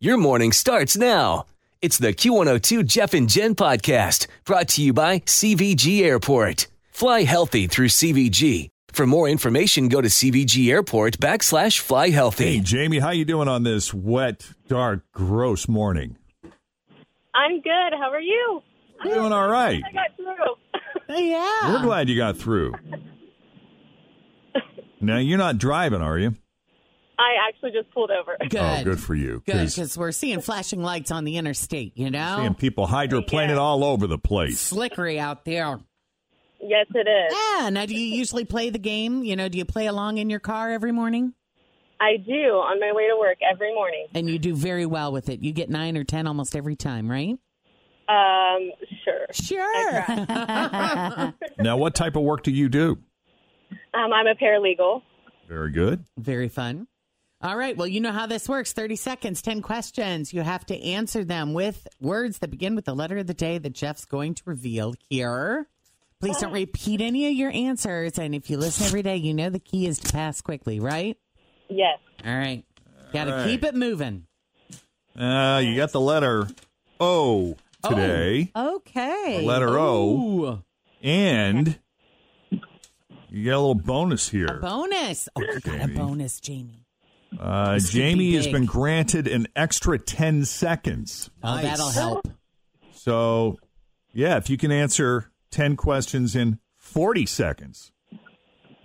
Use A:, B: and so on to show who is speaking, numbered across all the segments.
A: Your morning starts now. It's the Q102 Jeff and Jen podcast brought to you by CVG Airport. Fly healthy through CVG. For more information, go to CVG Airport backslash fly
B: Hey,
A: healthy.
B: Jamie, how you doing on this wet, dark, gross morning?
C: I'm good. How are you?
B: We're doing all right.
C: I got through.
D: Yeah.
E: Ah.
B: We're glad you got through. Now you're not driving, are you?
C: I actually just pulled over.
E: Good.
B: Oh, good for you.
E: Good,
B: 'cause
E: because we're seeing flashing lights on the interstate, you know?
B: Seeing people hydroplaning all over the place.
E: Slickery out there.
C: Yes, it is.
E: Yeah. Now, do you usually play the game? You know, do you play along in your car every morning?
C: I do on my way to work every morning.
E: And you do very well with it. You get nine or 10 almost every time, right?
C: Um, sure.
E: Sure.
B: Now, what type of work do you do?
C: Um, I'm a paralegal.
B: Very good.
E: very fun. All right. Well, you know how this works 30 seconds, 10 questions. You have to answer them with words that begin with the letter of the day that Jeff's going to reveal here. Please don't repeat any of your answers. And if you listen every day, you know the key is to pass quickly, right?
C: Yes.
E: All right. Got to
B: All right.
E: keep it moving.
B: Uh, you got the letter O
E: Oh.
B: today.
E: Okay.
B: The letter O.
E: Ooh,
B: And you got a little bonus
E: a
B: here.
E: bonus. Oh, you got a
B: Jamie.
E: bonus, Jamie.
B: Uh,
E: This could be
B: Jamie has
E: big.
B: been granted an extra 10 seconds.
E: Oh, that'll help.
B: So, yeah, if you can answer 10 questions in 40 seconds,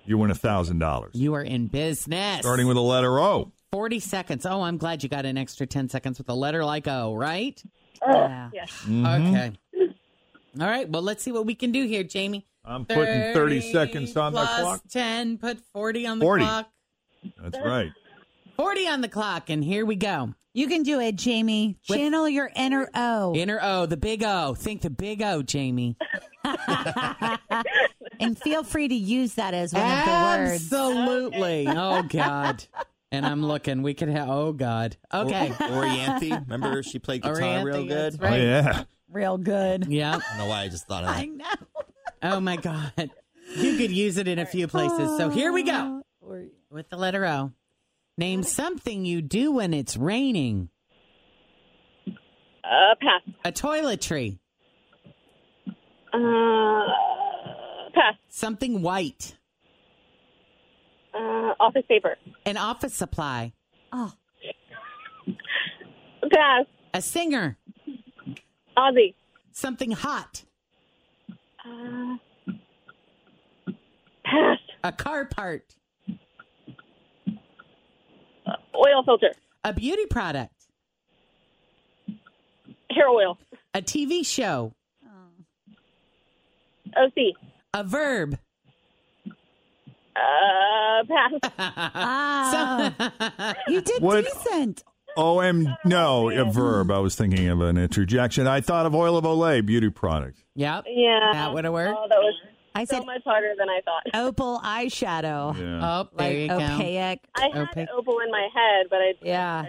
B: you win $1,000.
E: You are in business.
B: Starting with the letter O.
E: 40 seconds. Oh, I'm glad you got an extra 10 seconds with a letter like O, right?
C: Yes.
B: Mm-hmm.
E: Okay. All right. Well, let's see what we can do here, Jamie.
B: I'm putting 30 seconds on the
E: plus
B: clock.
E: 10, put 40 on the
B: 40.
E: clock.
B: That's right. Oh,
E: 40 on the clock, and here we go.
F: You can do it, Jamie.
E: With-
F: Channel your inner O.
E: Inner O, the big O. Think the big O, Jamie.
F: and feel free to use that as one of the words.
E: Absolutely. Oh, God. And I'm looking. We could have, oh, God. Okay.
G: Orianthe. Remember, she played guitar real
E: Orianthe, that's
G: good.
E: Right.
B: Oh, yeah.
F: Real good.
E: Yeah.
G: I don't know why I just thought of
F: I
G: that.
F: know.
E: Oh, my God. You could use it in a few places. So here we
F: Ah,
E: go with the letter O. Name something you do when it's raining.
C: Uh, pass.
E: A toiletry.
C: Uh, pass.
E: Something white.
C: Uh, office paper.
E: An office supply.
F: Oh,
C: Pass.
E: A singer.
C: Aussie.
E: Something hot.
C: Uh, pass.
E: A car part.
C: Oil filter.
E: A beauty product.
C: Hair oil.
E: A TV show.
C: OC.
E: A verb.
C: Uh, pass.
F: wow. Ah. you did
B: What-
F: decent.
B: OM, no, a verb. I was thinking of an interjection. I thought of Oil of Olay, beauty product.
E: Yep.
C: Yeah.
E: That would've worked.
C: Oh, that was
F: I
C: so
F: said
C: much harder than I thought.
F: opal eyeshadow.
B: Yeah.
E: Oh, there
F: Like
E: you go.
F: opaque.
C: I had
E: Okay.
C: opal in my head, but I
F: Yeah.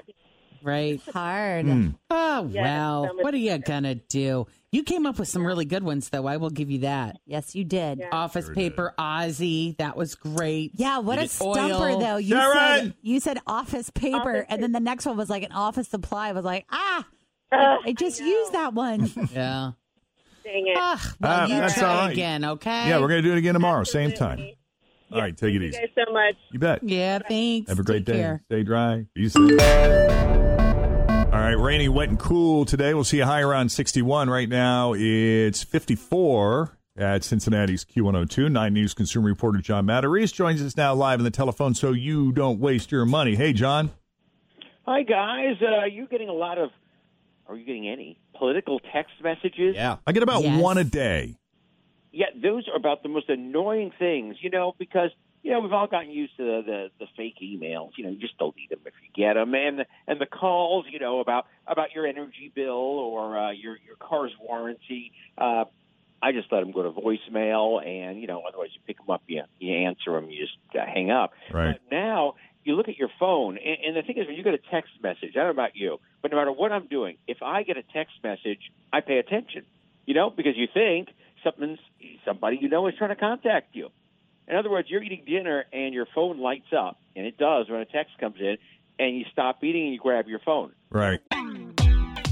E: Right.
F: Hard.
E: Oh,
C: Yeah,
E: well.
C: so much
E: What are you
C: better.
E: going to do? You came up with some really good ones, though. I will give you that.
F: Yes, you did. Yeah.
E: Office paper, Ozzy. That was great.
F: what a
E: did oil.
F: stumper though. You
B: Sharon!
F: said you said office paper and then the next one was like an office supply. I was like, ah,
C: Ugh,
F: I just
C: know.
F: used that one.
E: Yeah.
C: dang it.
E: Ah, well,
B: Ah,
E: you
B: that's
E: try
B: all right.
E: again, okay?
B: Yeah, we're going to do it again tomorrow, same time.
C: Absolutely.
B: All right, take it
C: Thank
B: easy.
C: you guys so much.
B: You bet.
E: Yeah, thanks.
B: Have a great
E: Take
B: day.
E: care.
B: Stay dry. Be safe. All right, right, rainy, wet, and cool today. We'll see a high around 61. Right now, it's 54 at Cincinnati's Q102. Nine News consumer reporter John Matarese joins us now live on the telephone so you don't waste your money. Hey, John.
H: Hi guys, uh, are you getting a lot of? Are you getting any political text messages?
G: Yeah.
B: I get about
E: Yes.
B: one a day.
H: Yeah, those are about the most annoying things, you know, because you know we've all gotten used to the the, the fake emails. You know, you just delete them if you get them, and and the calls, you know, about about your energy bill or uh, your your car's warranty. Uh, I just let them go to voicemail, and you know, otherwise you pick them up, you you answer them, you just uh, hang up.
B: Right.
H: But now you look at your phone, and, and the thing is, when you get a text message, I don't know about you, but no matter what I'm doing, if I get a text message, I pay attention. You know, because you think something's somebody you know is trying to contact you. In other words, you're eating dinner and your phone lights up, and it does when a text comes in, and you stop eating and you grab your phone.
B: Right.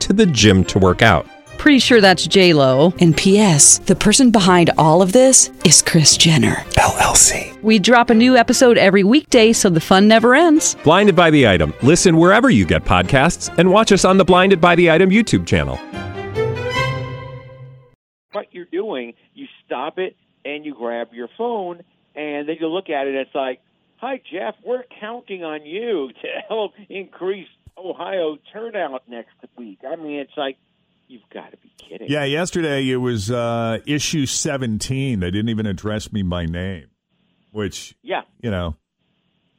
I: to the gym to work out.
J: Pretty sure that's J Lo. And P.S. The person behind all of this is Chris Jenner
I: LLC.
J: We drop a new episode every weekday, so the fun never ends.
I: Blinded by the item. Listen wherever you get podcasts, and watch us on the Blinded by the Item YouTube channel.
H: What you're doing, you stop it and you grab your phone, and then you look at it. and It's like, "Hi Jeff, we're counting on you to help increase Ohio turnout next week." I mean, it's like you've got to be kidding.
B: Yeah, yesterday it was uh, issue 17. They didn't even address me by name, which,
H: Yeah.
B: you know,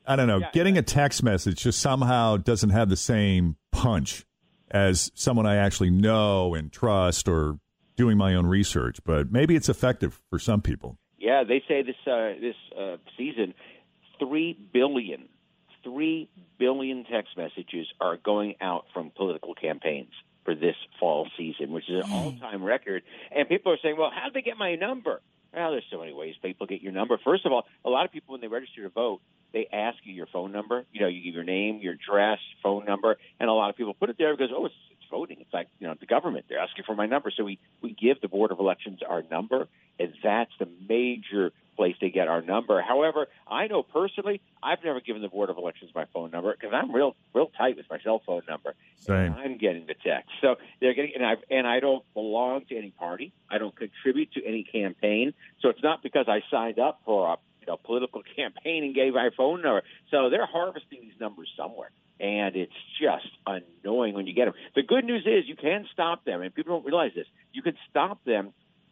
B: I don't know.
H: Yeah.
B: Getting a text message just somehow doesn't have the same punch as someone I actually know and trust or doing my own research, but maybe it's effective for some people.
H: Yeah, they say this uh, this uh, season, three billion, three billion text messages are going out from political campaigns for this fall season, which is an all time record. And people are saying, "Well, how did they get my number?" Well, there's so many ways people get your number. First of all, a lot of people when they register to vote, they ask you your phone number. You know, you give your name, your address, phone number, and a lot of people put it there because oh, it's, it's voting. It's like you know the government. They're asking for my number, so we we give the Board of Elections our number, and that's the major place they get our number. However, I know personally, I've never given the Board of Elections my phone number because I'm real real tight with my cell phone number.
B: Same.
H: I'm getting the text. So they're getting, and I and I don't belong to any party. I don't contribute to any campaign. So it's not because I signed up for a you know, political campaign and gave my phone number. So they're harvesting these numbers somewhere, and it's just annoying when you get them. The good news is you can stop them, and people don't realize this. You can stop them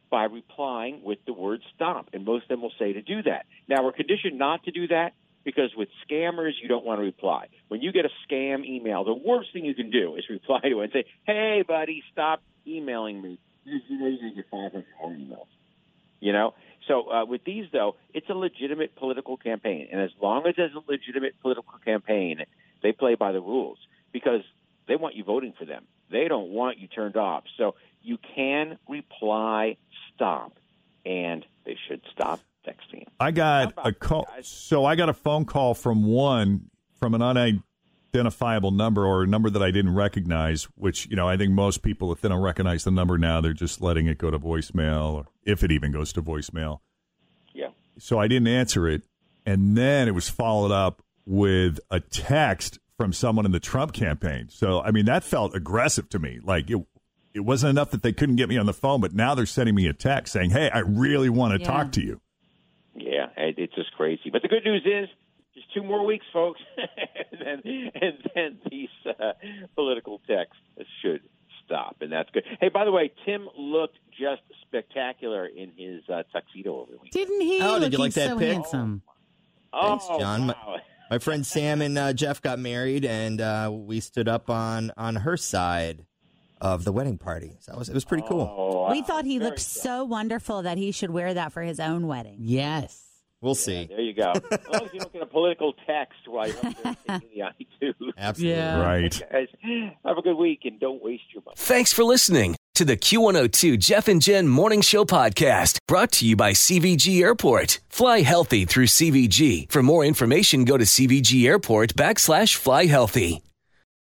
H: by replying with the word stop, and most of them will say to do that. Now, we're conditioned not to do that because with scammers, you don't want to reply. When you get a scam email, the worst thing you can do is reply to it and say, hey, buddy, stop emailing me. You you know, you're going to get 500 more emails. You know? So uh, with these, though, it's a legitimate political campaign. And as long as it's a legitimate political campaign, they play by the rules because they want you voting for them. They don't want you turned off. So you can reply stop, and they should stop texting.
B: I got a call. So I got a phone call from one from an unidentifiable number or a number that I didn't recognize. Which you know, I think most people, if they don't recognize the number now, they're just letting it go to voicemail, or if it even goes to voicemail.
H: Yeah.
B: So I didn't answer it, and then it was followed up with a text from someone in the Trump campaign. So I mean, that felt aggressive to me. Like it, it wasn't enough that they couldn't get me on the phone, but now they're sending me a text saying, "Hey, I really want to
F: Yeah.
B: talk to you."
H: Yeah, it, it's just crazy. But the good news is, just two more weeks, folks, and then, and then these uh, political texts should stop, and that's good. Hey, by the way, Tim looked just spectacular in his uh, tuxedo over the weekend.
E: Didn't he?
G: Oh, did you
E: Looking
G: like that
E: so
G: pic?
E: handsome.
G: Thanks,
H: oh,
G: John.
H: Wow.
G: My friend Sam and uh, Jeff got married, and uh, we stood up on on her side of the wedding party. So it was, it was pretty cool.
H: Oh,
F: We
H: wow.
F: thought he
H: Very
F: looked
H: good.
F: so wonderful that he should wear that for his own wedding.
E: Yes.
G: We'll see.
H: There you go. As long as you don't get a political text while you're up there taking the I-2.
G: Absolutely.
A: Yeah. Right.
H: Guys, have a good week and don't waste your money.
A: Thanks for listening to the Q102 Jeff and Jen Morning Show podcast brought to you by CVG Airport. Fly healthy through CVG. For more information, go to CVG Airport backslash fly healthy.